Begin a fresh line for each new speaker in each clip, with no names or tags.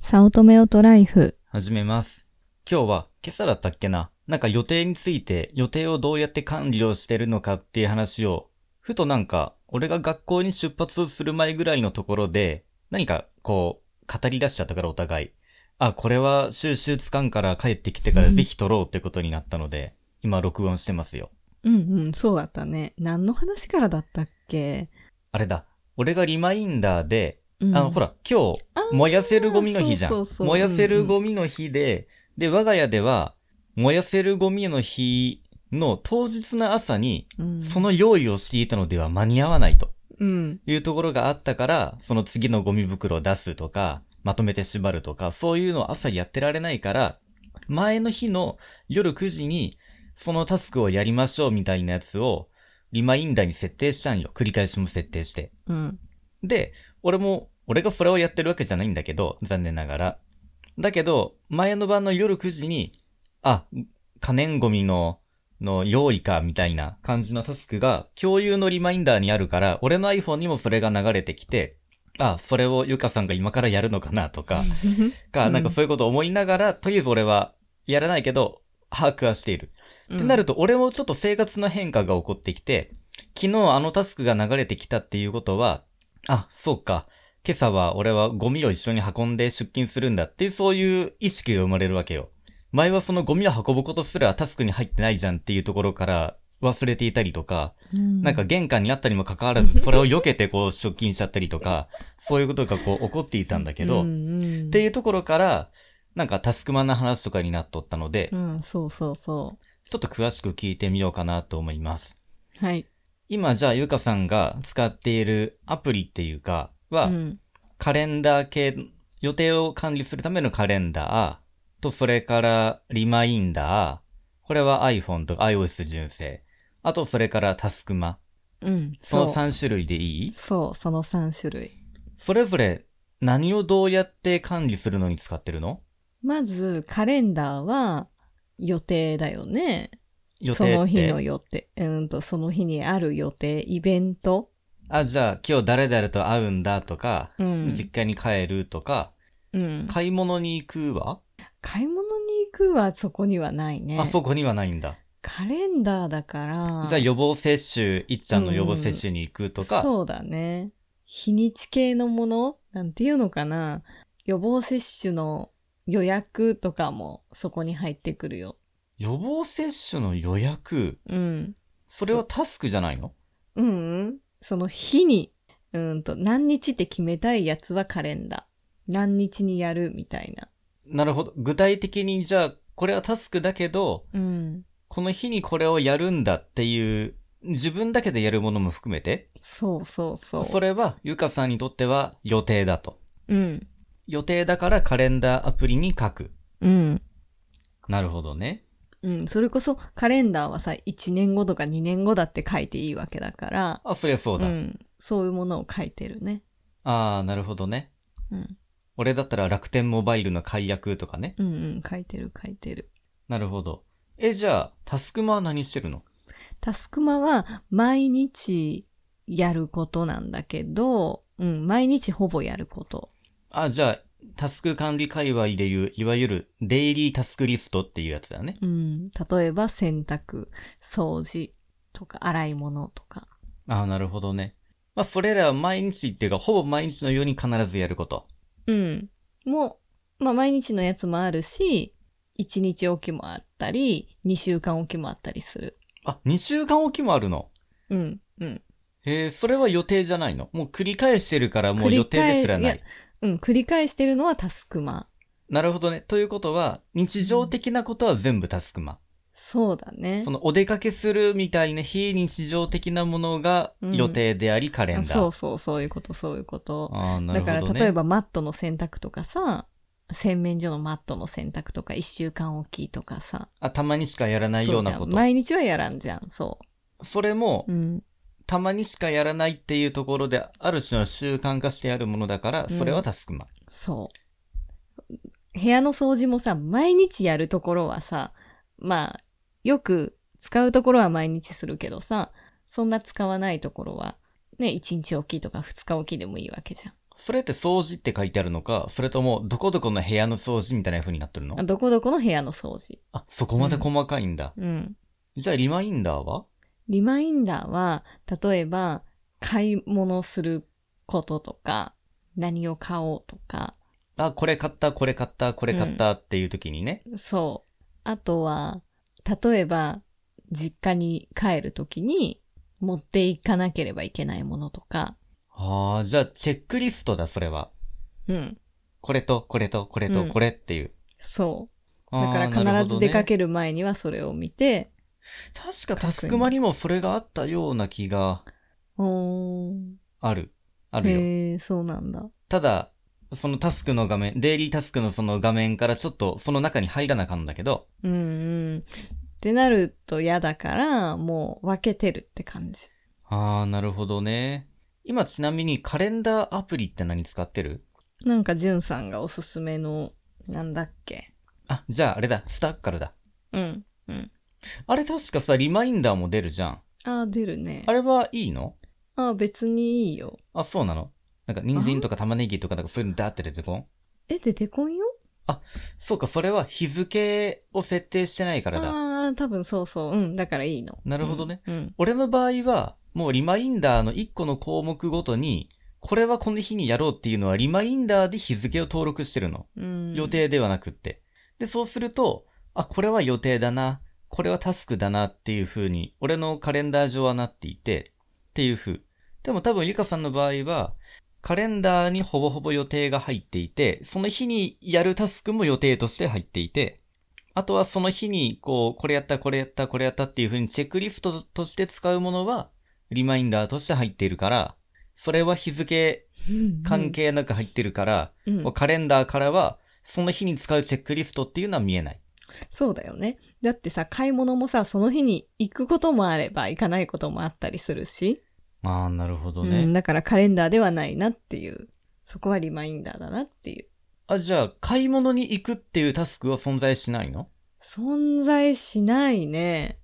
早乙女オトライフ。
始めます。今日は、今朝だったっけななんか予定について、予定をどうやって管理をしてるのかっていう話を、ふとなんか、俺が学校に出発する前ぐらいのところで、何か、こう、語り出しちゃったからお互い。あ、これは収集つかんから帰ってきてからぜひ撮ろうってことになったので、今録音してますよ。
うんうん、そうだったね。何の話からだったっけ、
あれだ。俺がリマインダーで、
うん、
あの、ほ
ら。
ら、今日、
あー
燃やせるゴミの日じゃ
そうんそう。そう
燃やせるゴミの日で、で、我が家では、燃やせるゴミの日の当日の朝に、
うん、
その用意をしていたのでは間に合わないと
うん。
いうところがあったから、その次のゴミ袋を出すとか、まとめて縛るとか、そういうのを朝やってられないから、前の日の夜9時に、そのタスクをやりましょうみたいなやつを、リマインダーに設定したんよ。繰り返しも設定して。
うん。
で、俺も、俺がそれをやってるわけじゃないんだけど、残念ながら。だけど、前の晩の夜9時に、あ、可燃ゴミの、の用意か、みたいな感じのタスクが、共有のリマインダーにあるから、俺の iPhone にもそれが流れてきて、あ、それをゆかさんが今からやるのかな、とか、
う
か、
ん
なんかそういうことを思いながら、とりあえず俺は、やらないけど、把握はしている。ってなると、俺もちょっと生活の変化が起こってきて、昨日あのタスクが流れてきたっていうことは、あ、そうか。今朝は俺はゴミを一緒に運んで出勤するんだっていうそういう意識が生まれるわけよ。前はそのゴミを運ぶことすらタスクに入ってないじゃんっていうところから忘れていたりとか、
うん、
なんか玄関にあったにもかかわら ずそれを避けてこう出勤しちゃったりとか、そういうことがこう起こっていたんだけど、
うんうん、
っていうところから、なんかタスクマンな話とかになっとったので、
うん、そうそうそ
ちょっと詳しく聞いてみようかなと思います。
う。はい。
今じゃあゆかさんが使っているアプリっていうかは、
うん。
カレンダー系、予定を管理するためのカレンダーと、それからリマインダー、これは iPhone とか iOS 純正、あとそれからタスクマ、
うん。
その
そう
3種類でいい
そう、その3種類。
それぞれ何をどうやって管理するのに使ってるの
まず、カレンダーは予定だよね。
予定って。
その日の予定。うんと、その日にある予定、イベント。
あ、じゃあ今日誰々と会うんだとか、
うん。
実家に帰るとか、
うん、
買い物に行くは
買い物に行くはそこにはないね。
あそこにはないんだ。
カレンダーだから。
じゃあ予防接種、いっちゃんの予防接種に行くとか、
そうだね。日にち系のものなんていうのかな。予防接種の予約とかもそこに入ってくるよ。
予防接種の予約、
うん。
それはタスクじゃないの
うん、うん。その日に、うんと、何日って決めたいやつはカレンダー。何日にやるみたいな。
なるほど。具体的にじゃあ、これはタスクだけど、
うん。
この日にこれをやるんだっていう、自分だけでやるものも含めて、
そうそうそう。
それは、ゆかさんにとっては予定だと。
うん。
予定だからカレンダーアプリに書く。
うん。
なるほどね。
うん。それこそカレンダーはさ、1年後とか2年後だって書いていいわけだから。
あ、そりゃそうだ。
ん。そういうものを書いてるね。
ああ、なるほどね。
うん。
俺だったら楽天モバイルの解約とかね。
うんうん、書いてる書いてる。
なるほど。え、じゃあ、タスクマは何してるの
タスクマは毎日やることなんだけど、うん、毎日ほぼやること。
あ、じゃあ、タスク管理界隈でいう、いわゆる、デイリータスクリストっていうやつだね。
うん、例えば洗濯、掃除とか洗い物とか。
ああ、なるほどね。まあ、それらは毎日っていうか、ほぼ毎日のように必ずやること。
うん。もう、まあ毎日のやつもあるし、1日おきもあったり、2週間おきもあったりする。
あ、2週間おきもあるの。
うん、うん。
えー、それは予定じゃないのもう繰り返してるから、もう
繰り返
予定ですらない
い。うん、繰り返してるのはタスクマ。
なるほどね。ということは、日常的なことは全部タスクマ。
そうだね
そ。の、お出かけするみたいな非日常的なものが予定であり、カレンダー。
そうそう、そういうこと、そういうこと。
ああ、な
だ
るほ
か
ど、ね。
ら例えばマットの洗濯とかさ洗面所のマットの洗濯とか1週間おきとかさ
あ、たまにしかやらないようなこ
そう
と
じゃん。毎日はやらんじゃんそ
それも
う、、うん、
たまにしかやらないっていうところで、ある種の習慣化してあるものだから、それはタスクマン。
そう部屋の掃除もさ毎日やるところはさまあよく使うところは毎日するけどさそんな使わないところはね1日おきとか2日おきでもいいわけじゃん
それって掃除って書いてあるのか、それとも、どこどこの部屋の掃除みたいな風になってるの
あどこどこの部屋の掃除。
あ、そこまで細かいんだ。
うん。
じゃあ、リマインダーは
リマインダーは、例えば、買い物することとか、何を買おうとか、
あ、これ買った、これ買った、これ買ったっていう時にね。
そう。あとは、例えば、実家に帰るときに、持っていかなければいけないものとか、
ああ、じゃあ、チェックリストだ、それは。
うん。
これと、これと、これと、
うん
これっていう。
そう。
あ
だ
ー
から必ず出か、
なる
ける前にはそれを見て、
ほどね確かタスクマにもそれがあったような気が
おー
ある。あるよ。
へえ、そうなんだ。
ただ、そのタスクの画面、デイリータスクのその画面からちょっとその中に入らなあかんだけど、
うんうん。ってなると嫌だから、もう分けてるって感じ。
ああ、なるほどね。今ちなみにカレンダーアプリって何使ってる
なんか、じゅんさんがおすすめの、なんだっけ。
あ、じゃああれだ、スタッカルだ。
うん。うん。
あれ確かさ、リマインダーも出るじゃん。
ああ、出るね。
あれはいいの
ああ、別にいいよ。
あ、そうなのなんか人参とか玉ねぎとかなんかそういうのだって出てこん
え、出てこんよ
そうか、それは日付を設定してないからだ。
ああー、多分そうそう。うん、だからいいの。
なるほどね。
うん。うん
俺の場合は、もうリマインダーの1個の項目ごとに、これはこの日にやろうっていうのはリマインダーで日付を登録してるの。
うん。
予定ではなくって。で、そうすると、あ、これは予定だな、これはタスクだなっていう風に、俺のカレンダー上はなっていて、っていう風。でも多分ゆかさんの場合は、カレンダーにほぼほぼ予定が入っていて、その日にやるタスクも予定として入っていて、あとはその日に、こう、これやった、これやった、これやったっていう風にチェックリストとして使うものは、リマインダーとして入っているから、それは日付
うん
関、係なく入ってるから、
うん
もうカレンダーからは、その日に使うチェックリストっていうのは見えない。
そうだよね。だってさ、買い物もさ、その日に行くこともあれば行かないこともあったりするし。
ああ、なるほど
うん、だからカレンダーではないなっていう。そこはリマインダーだなっていう。
あ、じゃあ、買い物に行くっていうタスクは存在しないの
存在しないね。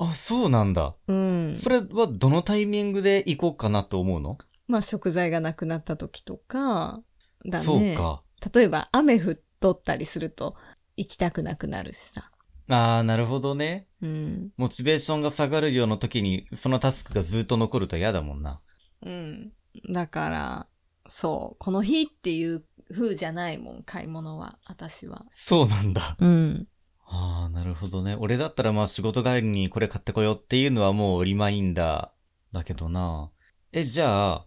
あ、そうなんだ。
うん。
それはどのタイミングで行こうかなと思うの
まあ食材がなくなった時とか、だね。
そうか。
例えば雨降っとったりすると行きたくなくなるしさ。
ああ、なるほどね。
うん。
モチベーションが下がるような時に、そのタスクがずっと残ると嫌だもんな。
うん。だから、そう。この日っていう風じゃないもん、買い物は、私は。
そうなんだ。
うん。
ああ、なるほどね。俺だったらまあ仕事帰りにこれ買ってこようっていうのはもうリマインダーだけどな。え、じゃあ、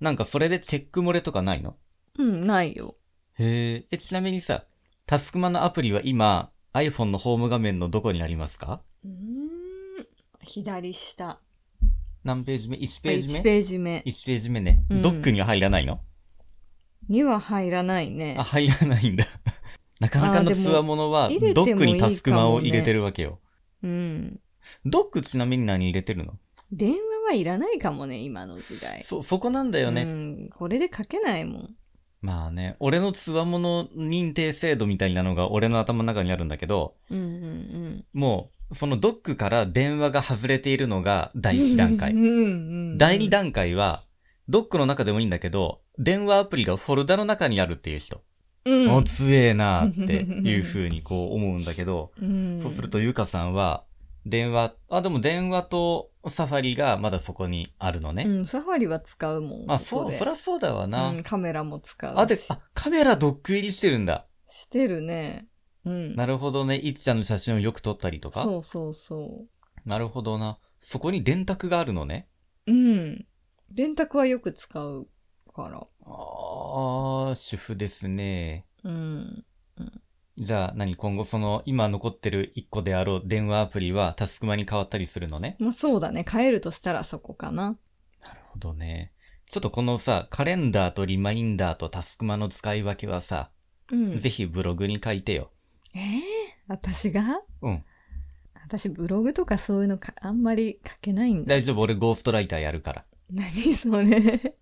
なんかそれでチェック漏れとかないの
うん、ないよ。
へえ。え、ちなみにさ、タスクマのアプリは今、iPhone のホーム画面のどこにありますか
うーん。左下。
何ページ目 ?1 ページ目
1ページ目
?1 ページ目ね。
うん
ドックには入らないの
には入らないね
あ、。入らないんだ。 なかなか
あーでも
の通話ものは、
入れて
ド
もいい
ッ
かもね
クにタスクマを入れてるわけよ。
うん。
ドックちなみに何入れてるの
電話はいらないかもね、今の時代。
そ、そこなんだよね。
うん。これで書けないもん。
まあね、俺のつわもの認定制度みたいなのが俺の頭の中にあるんだけど、
うんうん
もう、そのドックから電話が外れているのが
うん。
第1段
う
階。
んうんうん。
第2段階は、ドックの中でもいいんだけど、電話アプリがフォルダの中にあるっていう人。
うん。
もう強えなっていう風にこう思うんだけど、
うん
そうするとゆかさんは、電話、あ、でも電話とサファリがまだそこにあるの
う
ね。
ん、サファリは使うもん。
まあそう、そ
ら
らそうだわな。
うん、カメラも使うし。
あ、で、あ、カメラドック入りしてるんだ。
してるね。うん。
なるほどね。いっちゃんの写真をよく撮ったりとか。
そうそうそ
なるほどな。そこに電卓があるのね。
う。うん。電卓はよく使うから。
ああ、主婦ですね。
うん。
じゃあ何今後その今残ってる1個であろう電話アプリはタスクマに変わったりするのね。
まあそうだね。変えるとしたらそこかな。
なるほどね。ちょっとこのさ、カレンダーとリマインダーとタスクマの使い分けはさ、
うん。
ぜひブログに書いてよ。
えー、私が
うん。
私ブログとかそういうのかあんまり書けないんだ。
大丈夫、俺ゴーストライターやるから。
何それ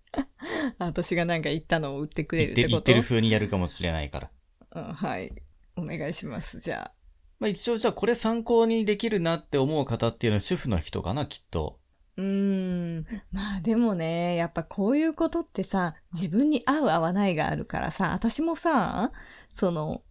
私がなんか言ったのを売ってくれ
言
る
っ
ってて
言
こ
って
と
る風にやるかもしれないから。
うん、はい。お願いします。じゃあ。
まあ一応じゃあこれ参考にできるなって思う方っていうのは主婦の人かな、きっと。
うーん。まあでもね、やっぱこういうことってさ、自分に合う合わないがあるからさ、私もさ、その、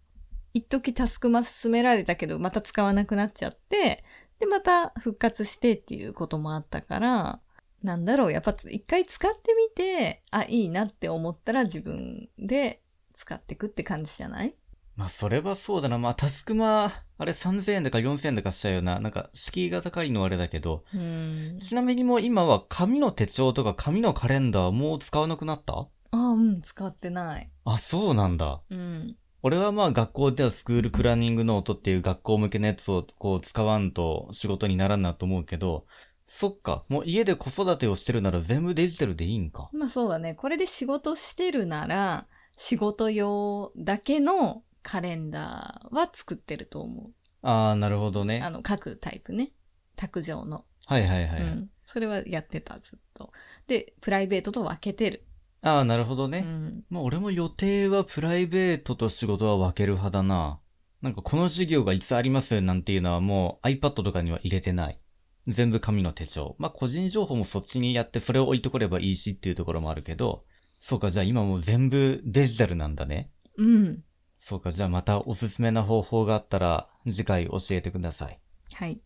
一時タスクマ進められたけど、また使わなくなっちゃって、で、また復活してっていうこともあったから、なんだろう、やっぱつ一回使ってみて、あ、いいなって思ったら自分で使ってくって感じじゃない
まあ、それはそうだな。まあ、タスクマ、あれ3000円だか4000円だかしちゃうよな。なんか、敷居が高いのはあれだけど。
うーん。
ちなみにもう今は紙の手帳とか紙のカレンダーはもう使わなくなった
ああ、うん、使ってない。
あ、そうなんだ。
うん。
俺はまあ学校ではスクールプランニングノートっていう学校向けのやつをこう使わんと仕事にならんなと思うけど、そっか、もう家で子育てをしてるなら全部デジタルでいいんか。
まあそうだね。これで仕事してるなら、仕事用だけのカレンダーは作ってると思
ああ、なるほど
う。あ
ね。
の、各タイプね。卓上の。
はいはいはい。
うん。それはやってた、ずっと。で、プライベートと分けてる。
ああ、なるほど
う
ね。
ん。
まあ俺も予定はプライベートと仕事は分ける派だな。なんかこの授業がいつありますなんていうのはもう iPad とかには入れてない。全部紙の手帳。まあ個人情報もそっちにやってそれを置いとこればいいしっていうところもあるけど。そうか、じゃあ今もう全部デジタルなんだね。
うん。
そうか、じゃあまたおすすめな方法があったら次回教えてください。
はい。